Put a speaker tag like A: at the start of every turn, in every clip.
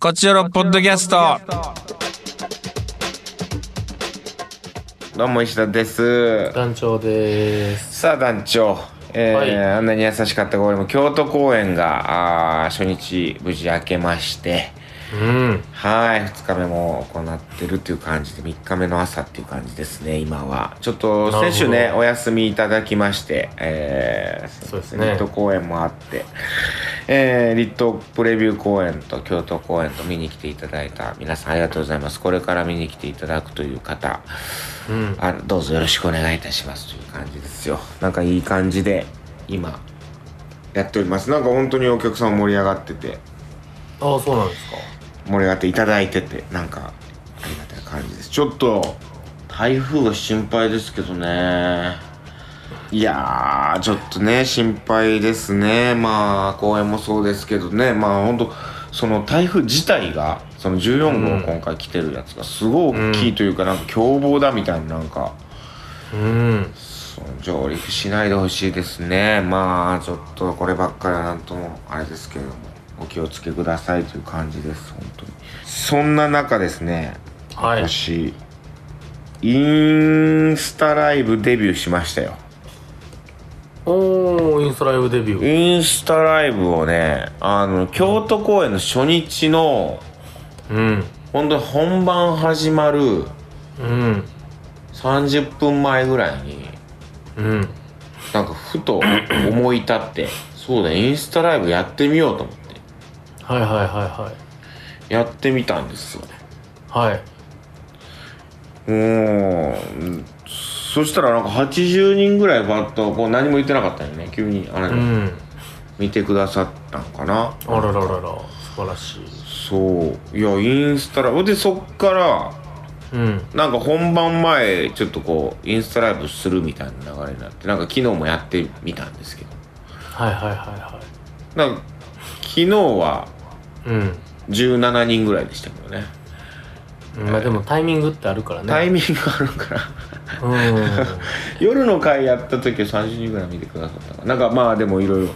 A: こちらのポッドキャスト。
B: どうも石田です
C: 団長です。
B: さあ団長えー
C: はい
B: あんなに優しかったゴーレム京都公演があー初日無事明けまして
C: うん。
B: はい2日目も行ってるっていう感じで3日目の朝っていう感じですね今はちょっと
C: なるほど
B: 先週ねお休みいただきましてえー
C: そうですね
B: 立東公演もあってえー、立東プレビュー公演と京都公演と見に来ていただいた皆さんありがとうございますこれから見に来ていただくという方
C: うん。
B: あどうぞよろしくお願いいたしますという感じですよなんかいい感じで今やっておりますなんか本当にお客さん盛り上がってて
C: ああ、そうなんですか。
B: 盛り上がっていただいててなんかありがたい感じですちょっと台風が心配ですけどねいやーちょっとね心配ですねまあ公演もそうですけどねまあ本当その台風自体がその14号今回来てるやつがすごい大きいというか、なんか凶暴だみたいななんか
C: うん。
B: そう上陸しないでほしいですねまあちょっとこればっかりはなんともあれですけれどもお気をつけくださいという感じです本当にそんな中ですね
C: はい。
B: 私インスタライブデビューしましたよ
C: おー、インスタライブデビュー。
B: インスタライブをねあの京都公演の初日の
C: うん。
B: 本当に本番始まる
C: うん。
B: 30分前ぐらいに
C: うん。
B: なんかふと思い立ってそうだインスタライブやってみようと思って
C: はいはいは
B: やってみたんですよ
C: いはい。はい。
B: うーんそしたらなんか80人ぐらいバッとこう何も言ってなかったよね急にあれ、
C: うん。
B: 見てくださったのかな
C: あららららら。素晴らしい。
B: そういやインスタライブでそっから
C: うん。
B: なんか本番前ちょっとこうインスタライブするみたいな流れになってなんか昨日もやってみたんですけど
C: はいはいはいは。
B: なんか昨日はい
C: うん。
B: 17人ぐらいでしたけどね
C: まあでもタイミングってあるからね。
B: タイミングあるから夜の会やった時は30人ぐらい見てくださったかななんかまあでもいろいろ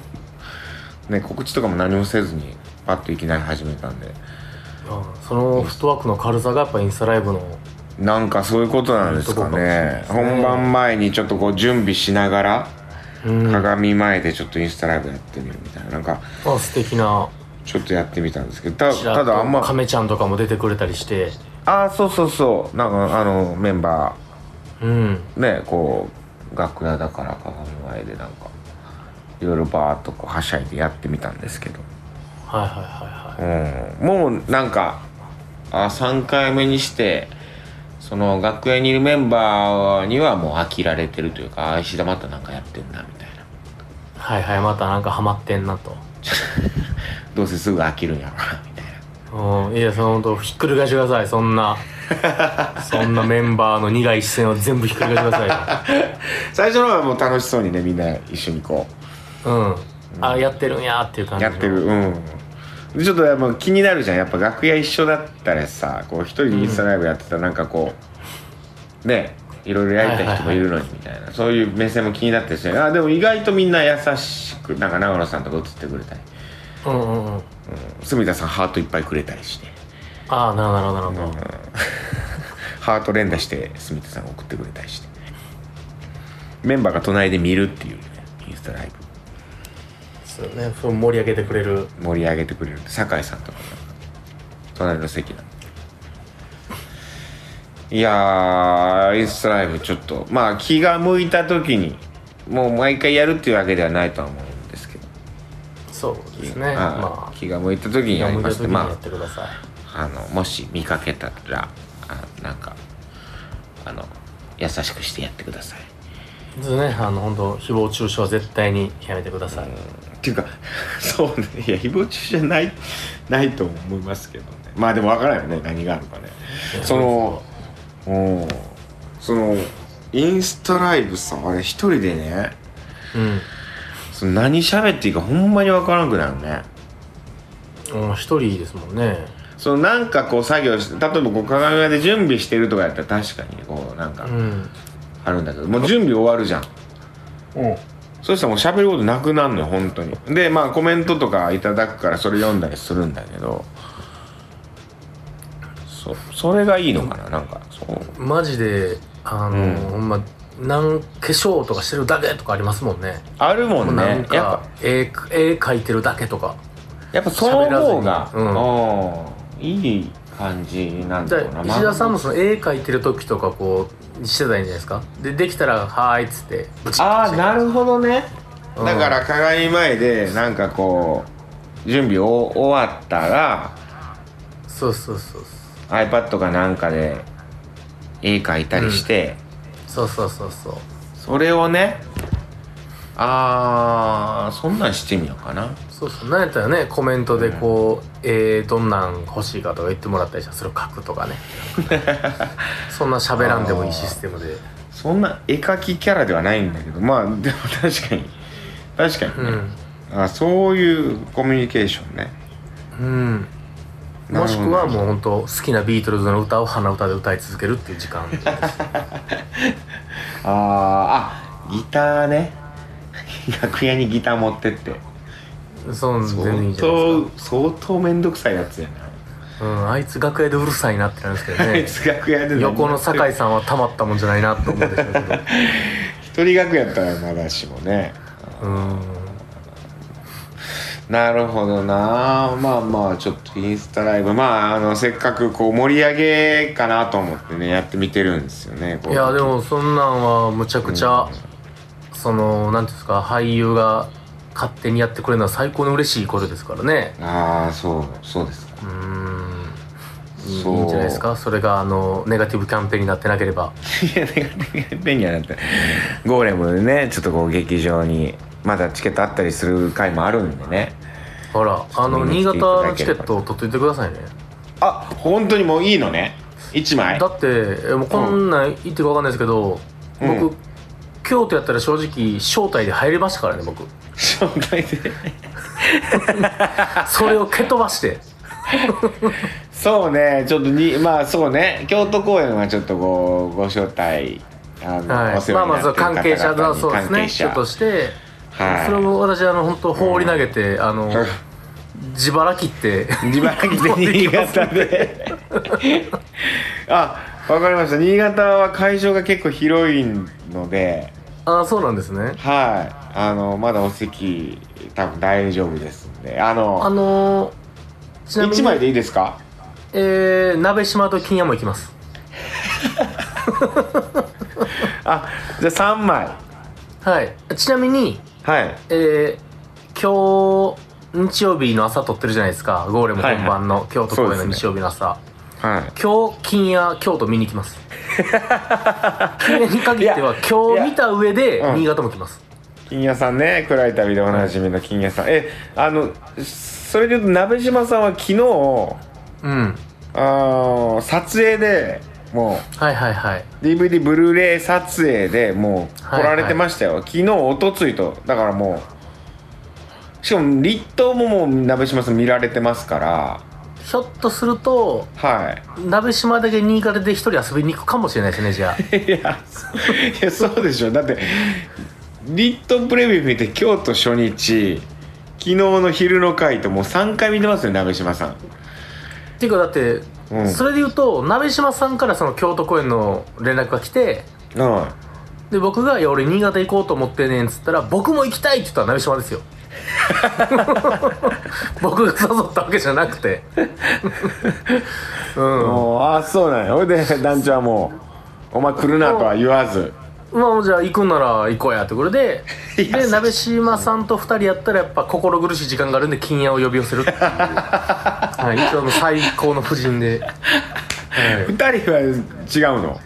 B: ね告知とかも何もせずにパッといきなり始めたんで
C: うん。うんそのフットワークの軽さがやっぱインスタライブの。
B: なんかそういうことなんですかね
C: そういうことかもしれないですね
B: 本番前にちょっとこう準備しながら
C: うん。あ、
B: 鏡前でちょっとインスタライブやってみるみたいななんか
C: 素敵な。
B: ちょっとやってみたんですけどた
C: ちらっと
B: ただあんま
C: 亀ちゃんとかも出てくれたりして。
B: ああそうそうそうなんかあのメンバ
C: うん。
B: ーねこう楽屋だから鏡前でなんかいろいろバーっとこうはしゃいでやってみたんですけど
C: はいはいはいはい。
B: うんもうなんかあ3回目にしてその楽屋にいるメンバーにはもう飽きられてるというかあ石田またなんかやってんなみたいな
C: はいはい、またなんかハマってんなと。
B: どうせすぐ飽きるんやろなみたいな
C: うん、いや、その本当ひっくり返してください、そんな。 そんなメンバーの苦い視線を全部ひっくり返してくださ
B: 最初のはもう楽しそうにねみんな一緒にこ
C: いよ。うん。あ、やってるんやっていう
B: う
C: 感じ。
B: やってる。うんでちょっとやっぱ気になるじゃんやっぱ楽屋一緒だったらさこう一人でインスタライブやってたらなんかこう、ねいろいろやりたい人もいるのにみたいな、そういう目線も気になってるしあでも意外とみんな優しくなんか長野さんとか映ってくれたり
C: うんうんうん。
B: 住田さんハートいっぱいくれたりして、
C: ああ、なるほど、なるほ
B: うん
C: ど。
B: ハート連打して住田さんが送ってくれたりしてメンバーが隣で見るっていうね、インスタライ
C: そうね、そう盛り上げてくれる。
B: ブ盛り上げてくれる酒井さんとかも隣の席なんでいやーインスタライブちょっとまあ気が向いた時にもう毎回やるっていうわけではないとは思うんですけど、
C: そうですね。
B: はい
C: まあ、
B: 気が向いた時にや
C: や
B: り
C: む
B: ま
C: だ
B: し
C: 時
B: て
C: に
B: ま
C: や
B: あ
C: ってください。
B: あのもし見かけたらあなんかあの優しくしてやってください
C: ですね、あの、本当誹謗中傷は絶対にやめてください。
B: っていうか そうねいや誹謗中傷じゃない ないと思いますけどねまあでも分からないよね何があるかねそのうんそのインスタライブさあれ一人でね
C: うん。
B: その何喋っていいかほんまに分からんくなるね
C: うん、一人ですもんね。
B: そのなんかこう作業して例えばこう鏡屋で準備してるとかやったら確かにこうなんか
C: うん。
B: あるんだけど、もう準備終わるじゃん
C: うん。
B: そしたらもう喋ることなくなるのよ本当にでまあコメントとかいただくからそれ読んだりするんだけどそそれがいいのかななんかそう
C: マジであの、
B: うん
C: ほんまなん化粧とかしてるだけとかありますもんね
B: あるも
C: もうんな
B: ね
C: ん
B: やっぱ
C: か絵絵描いてるだけとか
B: やっぱその方が、
C: 喋ら
B: う
C: ず
B: んいい感じなんだ
C: で
B: ろうな
C: 石田さんも
B: ま
C: その絵描いてる時とかこうしてたんじゃないですかでできたら「はーい」っつってブチッ
B: ああーなるほどね、
C: うん
B: だから鏡前でなんかこう準備を終わったら
C: そうそうそう
B: iPad かなんかで絵描いたりして、
C: そうそうそうそう
B: それをねあーそんなんしてみようかな
C: そうそうなんやったらねコメントでこう、えー、どんなん欲しいかとか言ってもらったりしたらそれを書くと かねそんな喋らんでもいいシステムで
B: そんな絵描きキャラではないんだけどまあでも確かに確かに
C: う
B: ね、
C: ん
B: あそういうコミュニケーションね
C: うん
B: なるほど
C: もしくはもう本当好きなビートルズの歌を鼻歌で歌い続けるっていう時間
B: あーあギターね楽屋にギター持ってって
C: そう全然いい
B: 相
C: じゃないです
B: 当相当面倒くさいやつやな
C: か、うん、あいつ楽屋でうるさいなってなるんですけど
B: あい
C: ね
B: つ楽屋で何
C: 横の酒井さんはたまったもんじゃないなと思うんですけど
B: 一人楽屋やったらまだしもね
C: うん
B: なるほどなまあまあちょっとインスタライブまああのせっかくこう盛り上げかなと思ってねやってみてるんですよねこう
C: いやでもそんなんはむちゃくちゃ、そのなんていうんですか俳優が勝手にやってくれるのは最高の嬉しいことですからね
B: ああそうそうですか
C: うんいい
B: そう
C: いいんじゃないですかそれがあのネガティブキャンペーンになってなければ
B: いやなんか便利やなってゴーレムでねちょっとこう劇場にまだチケットあったりする回もあるんでね
C: ほらあの
B: 見に
C: 新
B: 来ていただ
C: 潟の
B: け
C: チ
B: れ
C: ケ
B: ば
C: ットを取っといてくださいね
B: あ本当にもういいのね1枚
C: だってえもうこんなん言ってるか分かんないですけど、
B: うん
C: 僕京都やったら正直招待で入れましたからね僕
B: 招待で
C: それを蹴飛ばして
B: そうねちょっとにまあそうね京都公演はちょっとこうご招待あの、
C: は
B: お世
C: い、まあ
B: 話に
C: まあ
B: な
C: そ
B: っ
C: う
B: てる方々
C: 関
B: に
C: 係者だそうです
B: 関
C: ね
B: 係
C: 人
B: 者
C: として、
B: はい
C: それを私あの本当放り投げて、あの
B: うん
C: 自腹切って
B: 自腹で新潟で あわかりました新潟は会場が結構広いので
C: ああそうなんですね
B: はいあのまだお席多分大丈夫ですんであ
C: あ
B: の
C: のちなみ
B: 一
C: に、
B: 枚でいいですか
C: えー、鍋島と金谷も行きます
B: あじゃあ三枚
C: はいちなみに
B: はい
C: えー、今日日曜日の朝撮ってるじゃないですかゴーレム本番の京都公演
B: そうで
C: の
B: すね
C: 日曜日の朝、
B: はい
C: 今日金谷京都見に行きます 金谷に限ってはい
B: や
C: 今日見た上で
B: うん
C: 新潟も来ます、
B: 金谷さんね暗い旅でおなじみの金谷さんえあのそれで言うと鍋島さんは昨日
C: うん
B: あー撮影でも
C: はいはいはいう
B: DVD ブルーレイ撮影でもう来
C: はいは
B: ら
C: い
B: れてましたよ、昨日おとついとだからもうしかも立冬ももう鍋島さん見られてますから
C: ひょっとすると
B: はい
C: 鍋島だけ新潟で一人遊びに行くかもしれないですね じゃあ
B: いやそいやそうでしょだってリットプレビュー見て京都初日昨日の昼の回ともう3回見てますよ鍋島さん
C: っていうかだって、
B: うん
C: それで言うと鍋島さんからその京都公演の連絡が来て
B: うん
C: で僕が「いや俺新潟行こうと思ってねん」っつったら「僕も行きたい」って言ったら鍋島ですよ僕が誘ったわけじゃなくてうん
B: もうあそうなんやほいで団長はもう「お前来るな」とは言わず
C: まあじゃあ行くんなら行こうやってことでで鍋島さんと2人やったらやっぱ心苦しい時間があるんで金屋を呼び寄せるっていう、はい、一応の最高の布陣で、は
B: 2人は違うの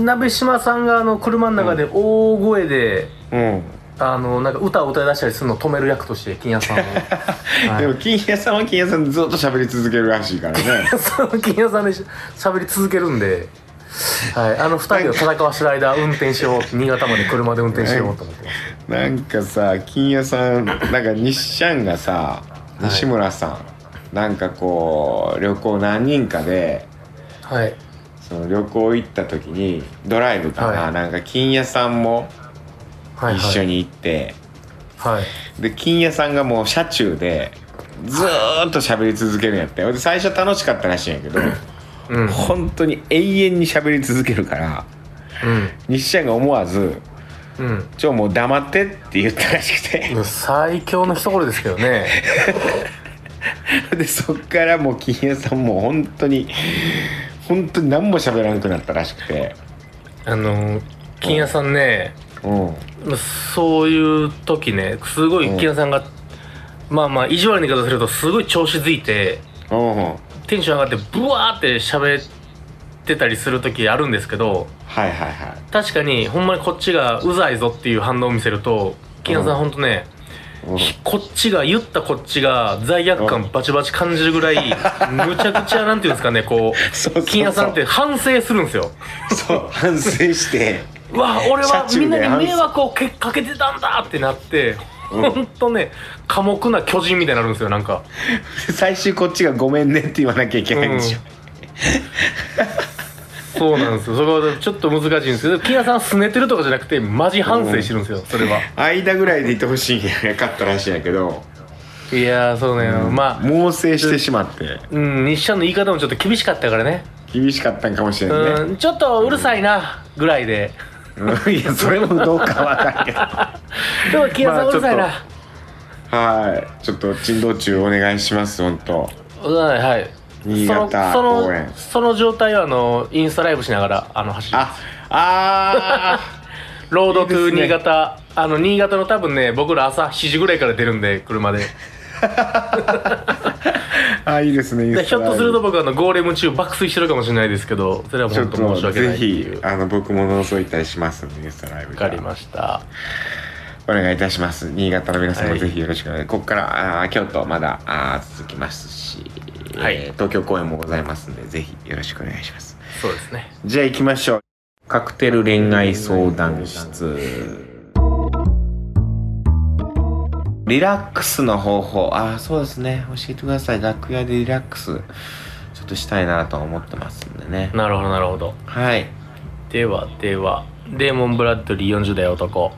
C: い、鍋島さんがあの車の中で大声で、
B: うん、
C: あのなんか歌を歌い出したりするのを止める役として金屋さんをはい
B: でも金谷さんは金谷さんでずっと喋り続けるらしいから ね
C: その金屋さんでし喋り続けるんで、はい、あの2人を戦わしてる間運転しよう新潟まで車で運転しようと思ってます
B: なんかさ金谷さんなんか西ちゃんがさ西村さん、なんかこう旅行何人かで
C: はい
B: その旅行行った時にドライブかな、
C: はい
B: なんか金谷さんも
C: はい
B: 一緒
C: に
B: に行って、
C: はい
B: で金谷さんがもう車中でずーっと喋り続けるんやってほいで最初楽しかったらしいんやけど
C: うん
B: 本当に永遠に喋り続けるから西ちゃんが思わず
C: うん
B: 「ちょもう黙って」って言ったらしくて
C: うん最強の一声ですけどね
B: でそっからもう金谷さんもう本当に本当に何も喋らなくなったらしくて
C: あの金谷さんね
B: うん
C: そういう時ねすごい金谷さんが、まあまあ意地悪な言い方するとすごい調子づいて
B: うん
C: テンション上がってブワーって喋ってたりする時あるんですけど
B: はいはいはい
C: 確かにほんまにこっちがうざいぞっていう反応を見せると金谷さ
B: う
C: ん
B: ん
C: ほんとね、
B: うん
C: ひこっちが言ったこっちが罪悪感バチバチ感じるぐらいむちゃくちゃなんていうんですかねこ
B: そうそうそう
C: う金谷さんって反省するんですよ。
B: そう反省 して
C: うわ俺
B: 車
C: は
B: 中
C: み
B: で
C: んなに迷惑をけかけてたんだってなって、
B: うん
C: ほんとね寡黙な巨人みたいになるんですよなんか
B: 最終こっちが「ごめんね」って言わなきゃいけないんでしょ、
C: そうなんですよそこはちょっと難しいんですけど木屋さんすねてるとかじゃなくてマジ反省してるんですよそれは
B: 間ぐらいでいてほしいんやなかったらしいんやけど
C: いやーそうね、まあ
B: 猛省してしまって
C: うん日社の言い方もちょっと厳しかったからね
B: 厳しかったんかもしれないね、
C: うんちょっとうるさいなぐらいで
B: うんいやそれもどうかわからん けど
C: でも木屋さ
B: まあ
C: んうるさいな、
B: ちはいちょっと珍道中お願いします本当
C: はいはい
B: 新潟
C: その
B: 応
C: そ
B: 援
C: のその状態はあのインスタライブしながらあの走る
B: ああ
C: ロードトゥ
B: いいですね
C: 新潟あの新潟の多分ね僕ら朝7時ぐらいから出るんで車で
B: ーあいいですねインス
C: で
B: タ
C: ひょっとすると僕あのゴーレム中爆睡してるかもしれないですけどそれは
B: ちょ
C: 本
B: っ
C: 当申し
B: と
C: 訳ない
B: ぜ
C: ってい
B: ひ
C: うわ
B: あの僕も覗いたりしますんでインスタライブで
C: かりました
B: お願いいたします新潟の皆さん
C: は
B: も
C: い
B: ぜひよろしくお願い、ここからあー京都まだあー続きますし、
C: はい
B: えー東京公演もございますんでぜひよろしくお願いします
C: そうですね
B: じゃあ行きましょうカクテル恋愛相談室リラックスの方法あーそうですね教えてください楽屋でリラックスちょっとしたいなとは思ってますんでね
C: なるほどなるほど
B: はい
C: ではではデーモン・ブラッドリー40代男、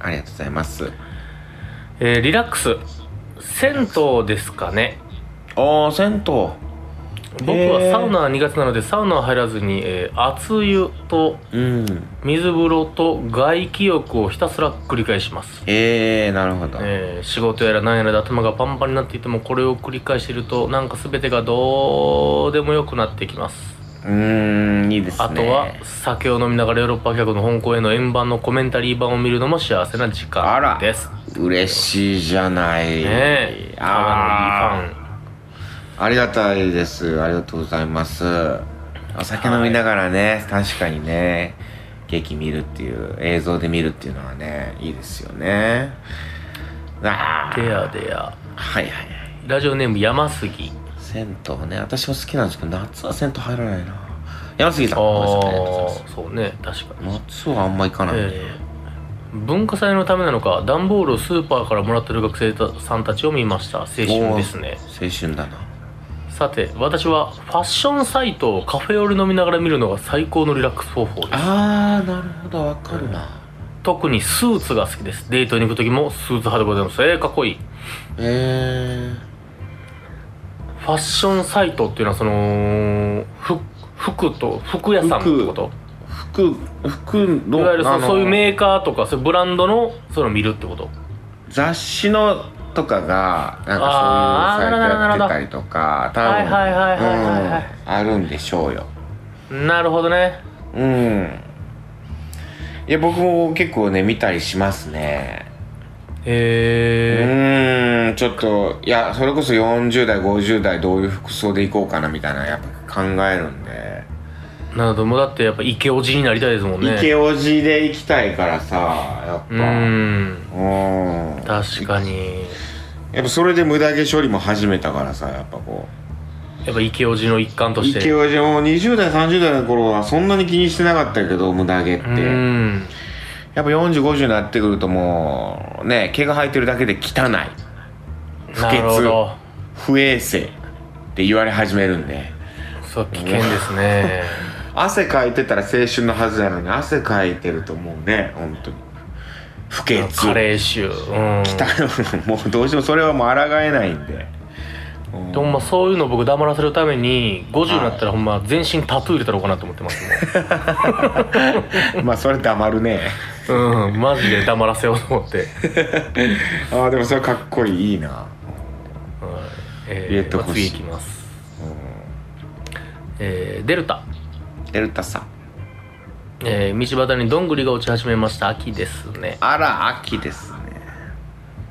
B: ありがとうございます
C: えーリラックス銭湯ですかね
B: おー銭
C: 僕はサウナは苦手なのでサウナは入らずに、えー熱湯と
B: 湯うん
C: 水風呂と外気浴をひたすら繰り返します
B: えー、なるほど、
C: えー仕事やら何やらで頭がパンパンになっていてもこれを繰り返しているとなんか全てがどうでもよくなってきます
B: うーんいいですね
C: あとは酒を飲みながらヨーロッパ客の香港への円盤のコメンタリー版を見るのも幸せな時
B: あら
C: 間です
B: 嬉しいじゃない、
C: ねえ
B: あ
C: ただのいいファン
B: ーありがたいですありがとうございますお酒飲みながらね、確かにね劇見るっていう映像で見るっていうのはねいいですよねああ
C: でやでや
B: はいはいはい
C: ラジオネーム山杉
B: 銭湯ね私も好きなんですけど夏は銭湯入らないな山杉さ
C: あ
B: んごめんなさいありがとうござい
C: あ
B: ます
C: そうね確かに
B: 夏はあんま行かないね、
C: えー文化祭のためなのか段ボールをスーパーからもらってる学生たさんたちを見ました青春ですね
B: 青春だな
C: さて私はファッションサイトをカフェオレ飲みながら見るのが最高のリラックス方法です
B: あーなるほどわかるな、
C: 特にスーツが好きですデートに行く時もスーツ派でございますえー、かっこいい
B: え
C: ファッションサイトっていうのはそのふ服と服屋さんってこ
B: ー、
C: と
B: 服服の
C: いわゆるそ
B: あの
C: そういうメーカーとかそういうブランドのそういうのを見るってこと
B: 雑誌のとかがなんかそういうサイトやってたりとか多
C: なるほ
B: 分
C: どはいはいはいはいはいはい
B: うんあるんでしょうよ
C: なるほどね
B: うんいや僕も結構ね見たりしますねう
C: え
B: ーんちょっといやそれこそ40代50代どういう服装でいこうかなみたいなやっぱ考えるんで、
C: ー、なるほどもうだってやっぱイケオジになりたいですもんね
B: イケオジで行きたいからさやっぱ
C: うーん
B: うん
C: 確かに
B: やっぱそれで無駄毛処理も始めたからさやっぱこ
C: やっぱイケオジの一環と
B: う
C: して
B: 池尾じゃもう20代30代の頃はそんなに気にしてなかったけど無駄毛っ
C: う
B: てやっ
C: ーん
B: ぱ4050になってくるともうね毛が生えてるだけで汚い不
C: なるほど
B: 潔不衛生って言われ始めるんで
C: そう危険ですね
B: 汗かいてたら青春のはずなのに汗かいてると思うね本当に不潔
C: カレー臭う ん
B: 汚いもうどうしてもそれはもう抗えないんで
C: でほんまそういうの僕黙らせるために50になったらほんま全身タトゥー入れたろうかなと思っ てます
B: まあそれ黙るね
C: もんうんマジで黙らせようと思って、
B: ああでもそれかっこいいいいな
C: はい
B: 入れ
C: え
B: て
C: ーまあ
B: ほし
C: 次
B: い
C: いきます、えーデルタ、
B: デルタさん
C: えー道端にどんぐりが落ち始めました秋ですね、
B: あら秋ですね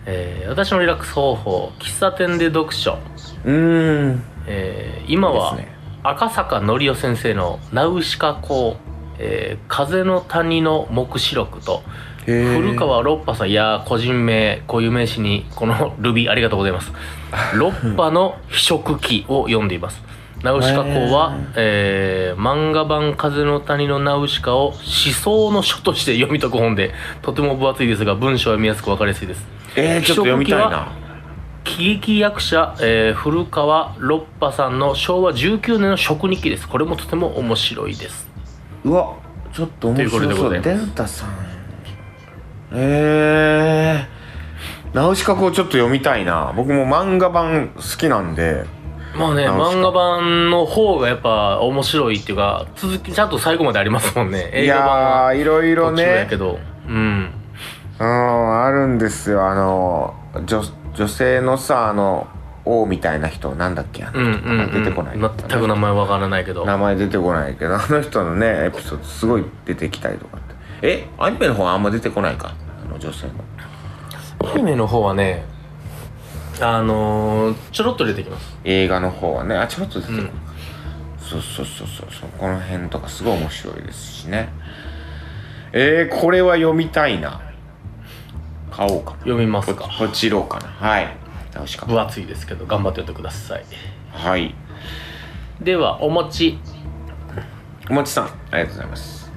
C: えー私のリラックス方法喫茶店で読書、
B: うーん
C: えー今は
B: そうですね
C: 赤坂のりお先生の「ナウシカ公」えー風の谷の目視録」と古川ロッパさんいやー個人名固有名詞にこの ルビーありがとうございますロッパの「秘食記」を読んでいますナウシカ公は、えー漫画版「風の谷のナウシカ」を思想の書として読み解く本でとても分厚いですが文章は見やすく分かりやすいです
B: えー、ちょっと読みたい
C: 気色
B: な
C: 喜劇役者、えー古川ロッパさんの昭和19年の食日記ですこれもとても面白いです
B: うわちょっと面
C: とい
B: 白
C: う
B: そ
C: こと
B: う
C: でござ
B: デ
C: い
B: ルタさんえー、ナウシカこうちょっと読みたいな僕も漫画版好きなんで
C: まあね
B: ナウシカ
C: 漫画版の方がやっぱ面白いっていうか続きちゃんと最後までありますもんね
B: い
C: 映画版
B: や
C: は
B: ーいろいろ
C: 途中や
B: ね
C: けど、うん
B: うんあるんですよあの女女性のさあの王みたいな人なんだっけあの
C: うんうん、うん、
B: 出てこない
C: 全く名前わからないけど
B: 名前出てこないけどあの人のねエピソードすごい出てきたりとかってえアニメの方はあんま出てこないかあの女性の
C: アニメの方はねあのー、ちょろっと出てきます
B: 映画の方はねあちょっと出てくる、そうそうそうそうそうこの辺とかすごい面白いですしねえー、これは読みたいな買おうかな
C: 読みます
B: ポ
C: か
B: チポチろうかなはい直しか
C: 分厚いですけど頑張って読んでください
B: はい
C: ではお餅
B: おもちさんありがとうございます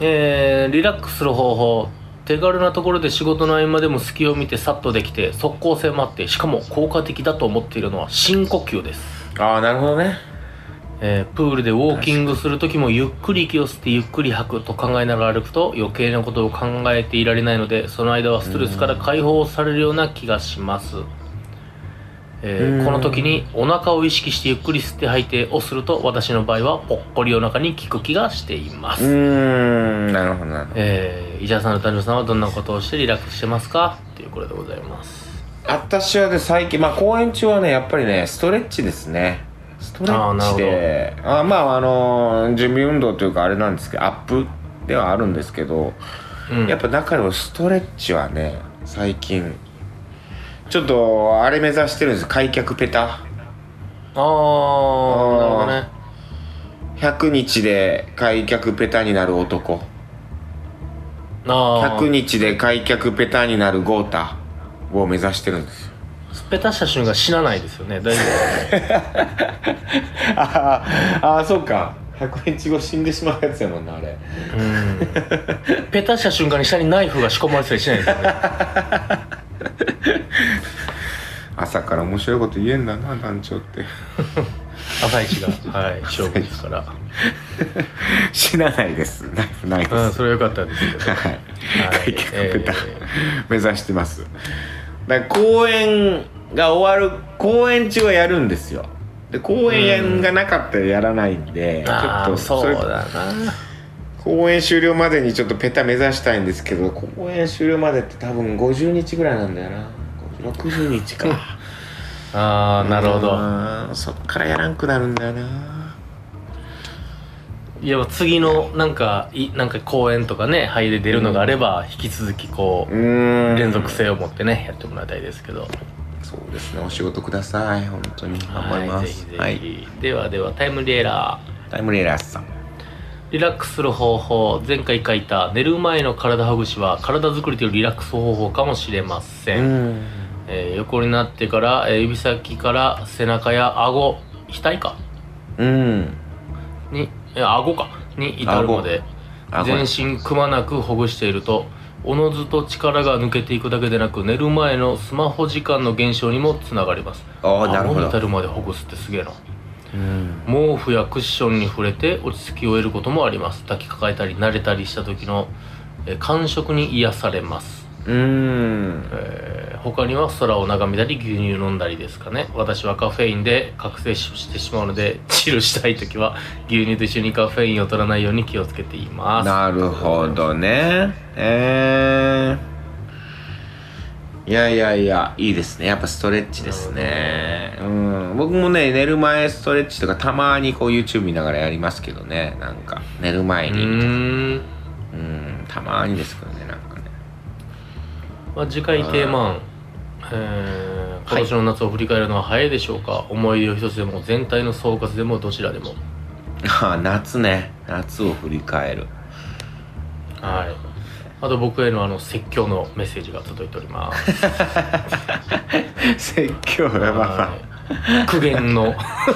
C: えーリラックスする方法手軽なところで仕事の合間でも隙を見てさっとできて即効性もあってしかも効果的だと思っているのは深呼吸です、
B: ああなるほどね
C: えープールでウォーキングする時もゆっくり息を吸ってゆっくり吐くと考えながら歩くと余計なことを考えていられないのでその間はストレスから解放されるような気がします、え
B: うん
C: ーこの時にお腹を意識してゆっくり吸って吐いてをすると私の場合はぽっこりお腹に効く気がしていま
B: う
C: す、
B: ーんなるほどなるほど
C: えー、伊沢さんの誕生さんはどんなことをしてリラックスしてますかっていうことでございます
B: 私はね最近まあ公演中はねやっぱりねストレッチですねストレ
C: あーな
B: ッ
C: る
B: チ
C: ほど
B: であまああのー準備運動というかあれなんですけどアップではあるんですけど、
C: うん
B: やっぱ中でもストレッチはね最近ちょっとあれ目指してるんです開脚ペタ
C: あーなるほどね
B: 100日で開脚ペタになる男
C: あ
B: 100日で開脚ペタになるゴータを目指してるんですよ
C: あスペタした瞬間死なないですよね大丈
B: あーあーそうか100日後死んでしまうやつやもんなあれ
C: 夫うんペタした瞬間に下にナイフが仕込まれてたりしないですよね
B: 朝から面白いこと言えんだな団長って
C: 朝一がはい勝負ですから
B: 死なないですナイフないです、
C: う
B: は
C: んそれは良かったです けどはい
B: 開脚ペタ、目指してますだから公演が終わる公演中はやるるんですよで公演がなかったらやらないんで、
C: ー、ああそ
B: そうれ
C: だな
B: 公演終了までにちょっとペタ目指したいんですけど公演終了までって多分50日ぐらいなんだよな60日か
C: ああ なるほど
B: どそっからやらんくなるんだよない
C: や次のなんかいなんか公演とかね肺で出るのがあれば引き続きこ
B: う
C: う
B: ーん
C: 連続性を持ってねやってもらいたいですけど
B: そうですね、お仕事ください。本当に頑張り
C: は
B: ま
C: い、
B: す
C: ぜひ。ぜひ、
B: はい、
C: ではではタイムリエラー
B: タイムレーラーさん。
C: リラックスする方法前回書いた寝る前の体ほぐしは体作りというリラックス方法かもしれません、
B: ん。
C: えー横になってから、えー指先から背中や顎額か
B: うん。
C: にえー顎かに至るまで
B: 顎
C: 全身くまなくほぐしているとおのずと力が抜けていくだけでなく寝る前のスマホ時間の減少にもつながります
B: ああ、なるほ
C: 顎に至
B: ど。
C: るまでほぐすってすげえな
B: うん。
C: 毛布やクッションに触れて落ち着きを得ることもあります抱きかかえたり慣れたりした時のえー感触に癒されます、
B: うん。
C: えー他には空を眺めたり牛乳飲んだりですかね私はカフェインで覚醒してしまうのでチルしたい時は牛乳と一緒にカフェインを取らないように気をつけています
B: なるほどねえー、いやいやいやいいですねやっぱストレッチですねうん僕もね寝る前ストレッチとかたまにこう YouTube 見ながらやりますけどねなんか寝る前
C: う
B: に
C: ーん、
B: うんたまにですけどねなんかね
C: まあ、次回テーマ案えー今年の夏を振り返るのは早いでしょうか、思い出を一つでも全体の総括でもどちらでも
B: ああ夏ね夏を振り返る
C: はいあと僕へのあの説教のメッセージが届いております
B: 説教やば
C: はい苦言の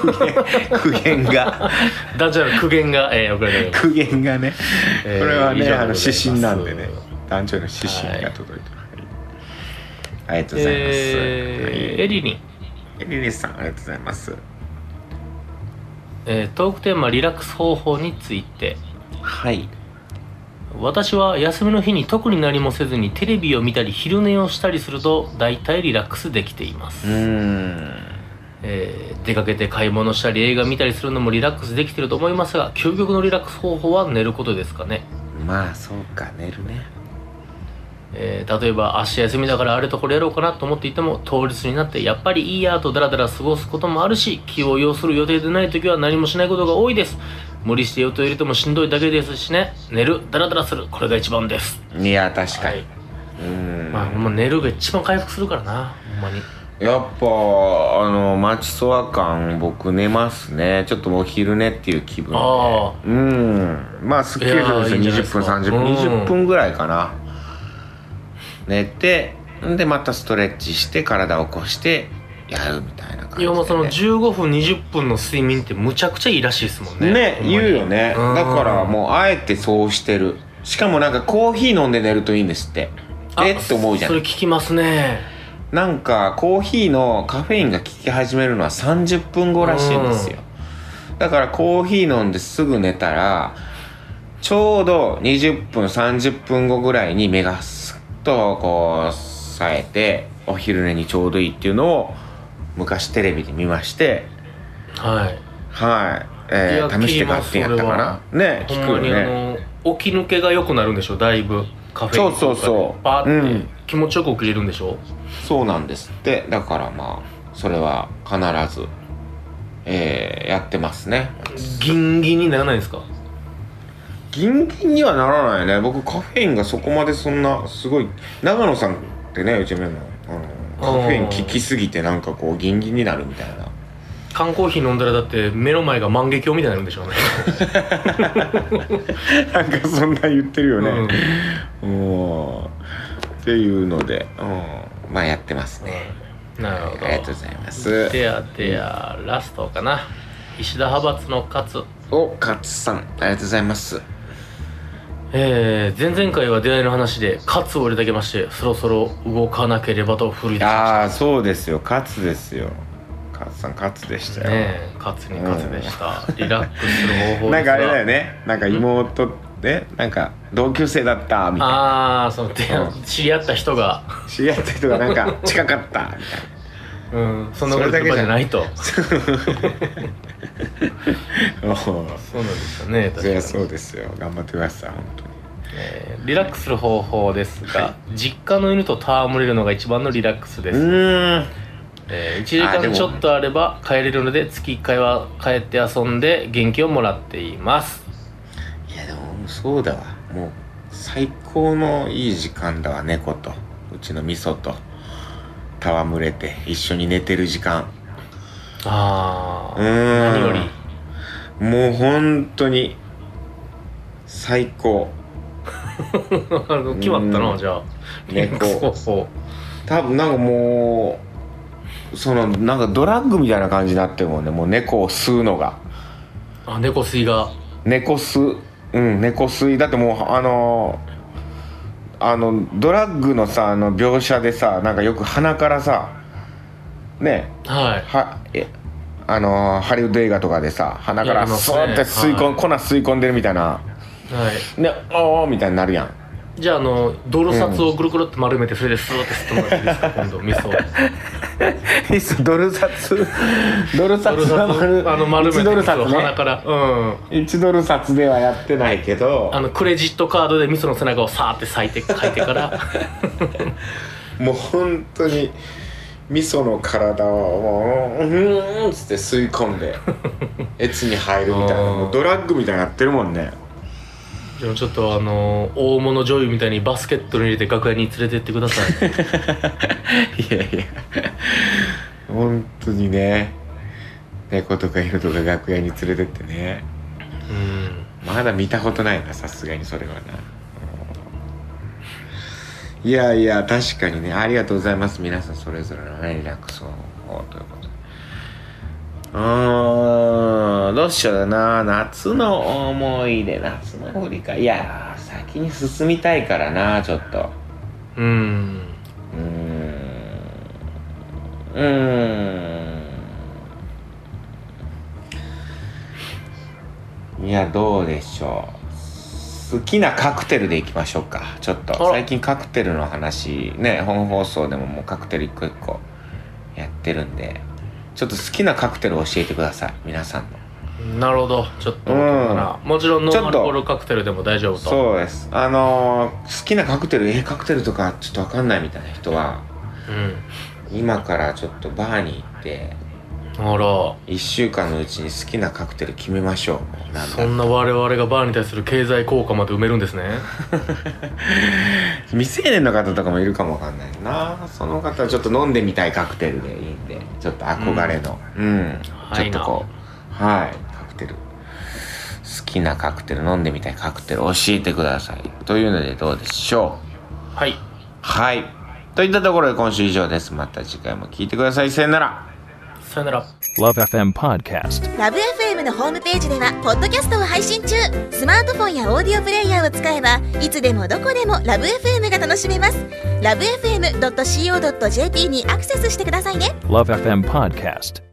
B: 苦言が
C: ダジャレ苦言が、えー、送られております
B: 苦言がね、
C: えー
B: これは
C: 以
B: ね
C: 上でござ
B: あ
C: いま
B: の
C: す
B: 指針なんでね団長の指針が届いてます、はいありがとうございます、
C: えーエリリン、
B: はいリリーさんありがとうございます
C: えートークテーマリラックス方法について
B: はい
C: 私は休みの日に特に何もせずにテレビを見たり昼寝をしたりすると大体リラックスできていま
B: う
C: す、
B: ーん
C: えー出かけて買い物したり映画見たりするのもリラックスできてると思いますが究極のリラックス方法は寝ることですかね
B: まあそうか寝るね
C: えー例えば明日休みだからあれとこれやろうかなと思っていても当日になってやっぱりいいやとダラダラ過ごすこともあるし気を要する予定でない時は何もしないことが多いです無理して予定を入れてもしんどいだけですしね寝るダラダラするこれが一番です
B: いや確かに、
C: はいう
B: ーん、
C: まあもう寝るが一番回復するからなほんまに
B: やっぱあの町そわ感僕寝ますねちょっともう昼寝っていう気分で
C: あ
B: うんまあすっきりするんですよ
C: いやーいいんじゃないです
B: 20
C: か
B: 分30分
C: うん
B: 20分ぐらいかな寝てんでまたストレッチして体を起こしてやるみたいな感じ
C: あい
B: で、
C: やもうその
B: ね
C: 15分20分の睡眠ってむちゃくちゃいいらしいですもんね
B: ね言うよね
C: うん
B: だからもうあえてそうしてるしかもなんかコーヒー飲んで寝るといいんですってえっと思うじゃ
C: それ
B: ん
C: 聞きますね
B: なんかコーヒーのカフェインが効き始めるのは30分後らしいんですよだからコーヒー飲んですぐ寝たらちょうど20分30分後ぐらいに目がスッとこう冴えてお昼寝にちょうどいいっていうのを昔テレビで見まして
C: はい
B: はい、えー
C: いや
B: 試して買ってやったかなね
C: ほ
B: 聞
C: んま
B: く
C: に
B: よ
C: あ
B: ね
C: の起き抜けが良くなるんでしょだいぶカフェイン
B: そうそうそう
C: パ
B: う
C: ーっ
B: ん
C: て気持ちよく起きれるんでしょ、
B: そうなんですってだからまあそれは必ず、えーやってますね
C: ギンギンにならないんですか
B: ギンギンにはならないね僕カフェインがそこまでそんなすごい長野さんってねうちメモあのカフェイン効きすぎてなんかこうギンギンになるみたいな
C: 缶コーヒー飲んだらだって目の前が万華鏡みたいになるんでしょうね
B: なんかそんな言ってるよ
C: うん
B: ね、うん、っていうので、うん、まあやってます ね
C: なる
B: あ
C: ほど
B: りがとうございます
C: でやでやラストかな石田派閥の勝
B: お勝さんありがとうございます
C: えー、前々回は出会いの話で勝を入れてあげましてそろそろ動かなければと奮い出しま
B: ああそうですよ勝ですよ勝さん勝でし
C: したた
B: よ、
C: ね勝に勝でした、リラックスする方
B: な
C: 法ですが
B: んかあれだよねなんか妹でなんか同級生だったみたいな
C: ああその出会
B: うん
C: 知り合った人が、
B: 知り合った人がなんか近かったみ
C: うん、そんなこと言ってる場合じゃないとそ
B: たいなおう
C: うなんですよね
B: そ
C: 確か
B: り
C: に
B: ゃそうですよ頑張ってください本当に
C: えーリラックスする方法ですが、実家の犬と戯れるのが一番のリラックスです、
B: ーん
C: えー1時間ちょっとあれば帰れるので月1回は帰って遊んで元気をもらっています
B: いやでもそうだわもう最高のいい時間だわ猫とうちの味噌と戯れて一緒に寝てる時間
C: あ
B: う
C: あ
B: ーん
C: 何より
B: もう本当に最高
C: あの 決まった
B: う
C: なんじゃあリラッ
B: 猫
C: クス方法
B: 多分なんかもうそのなんかドラッグみたいな感じになってるもんねもう猫を吸うのが
C: あ猫吸いが
B: 猫吸うん猫吸いだってもうあのあのドラッグのさあの描写でさなんかよく鼻からさね
C: はい
B: はえあのハリウッド映画とかでさ鼻か
C: や
B: ら
C: ります
B: そ
C: ね
B: うって吸い込ん、
C: はい
B: 粉吸い込んでるみたいな
C: はい
B: ねおーみたいになるやん
C: じゃああの泥札をぐるぐるって丸めてそれでスーッて吸ってもらっていいです か今度味噌を
B: いっそドル札ドル
C: 泥
B: 札
C: 札
B: は丸
C: をあの丸めて
B: 1ドル
C: 味噌
B: 札
C: を鼻
B: ね
C: からうん
B: 1ドル札ではやってないけど
C: あのクレジットカードで味噌の背中をさーって裂いて書いてから
B: もう本当に味噌の体をもううーんっつって吸い込ん でエツに入るみたいな
C: うん
B: もうドラッグみたいになやってるもんね
C: でもちょっとあの大物女優みたいにバスケットに入れて楽屋に連れてってください
B: いやいや本当にね猫とか犬とか楽屋に連れてってね
C: うん
B: まだ見たことないなさすがにそれはなうんいやいや確かにねありがとうございます皆さんそれぞれのねリラックス方法ということでうーんどうしようだな夏の思い出夏の振り返りいやー先に進みたいからなちょっと
C: うん
B: うーんうーんいやどうでしょう好きなカクテルでいきましょうかちょっと
C: あら
B: 最近カクテルの話ね本放送でももうカクテル一個一個やってるんでちょっと好きなカクテルを教えてください皆さんの
C: なるほどちょっとわかったなもちろんノンアルコールカクテルでも大丈夫と
B: そうですあのー好きなカクテルえーカクテルとかちょっとわかんないみたいな人は
C: う
B: 今からちょっとバーに行って
C: んあら
B: 1週間のうちに好きなカクテル決めましょうもうなん
C: そ
B: だ
C: んな我々がバーに対する経済効果まで埋めるんですね
B: 未成年の方とかもいるかもわかんないなその方はちょっと飲んでみたいカクテルでいいんでちょっと憧れのうん、ち
C: は
B: ょっ
C: いな
B: とこうはいカクテル好きなカクテル飲んでみたいカクテル教えてくださいというのでどうでしょ
C: はいう
B: はいといったところで今週以上ですまた次回も聞いてくださいさよなら
C: さよなら
A: Love FM Podcast.
D: ラブ f m のホームページではポッドキャストを配信中スマートフォンやオーディオプレイヤーを使えばいつでもどこでもラブ f m が楽しめますラブ FM.co.jp にアクセスしてくださいね
A: Love FM Podcast.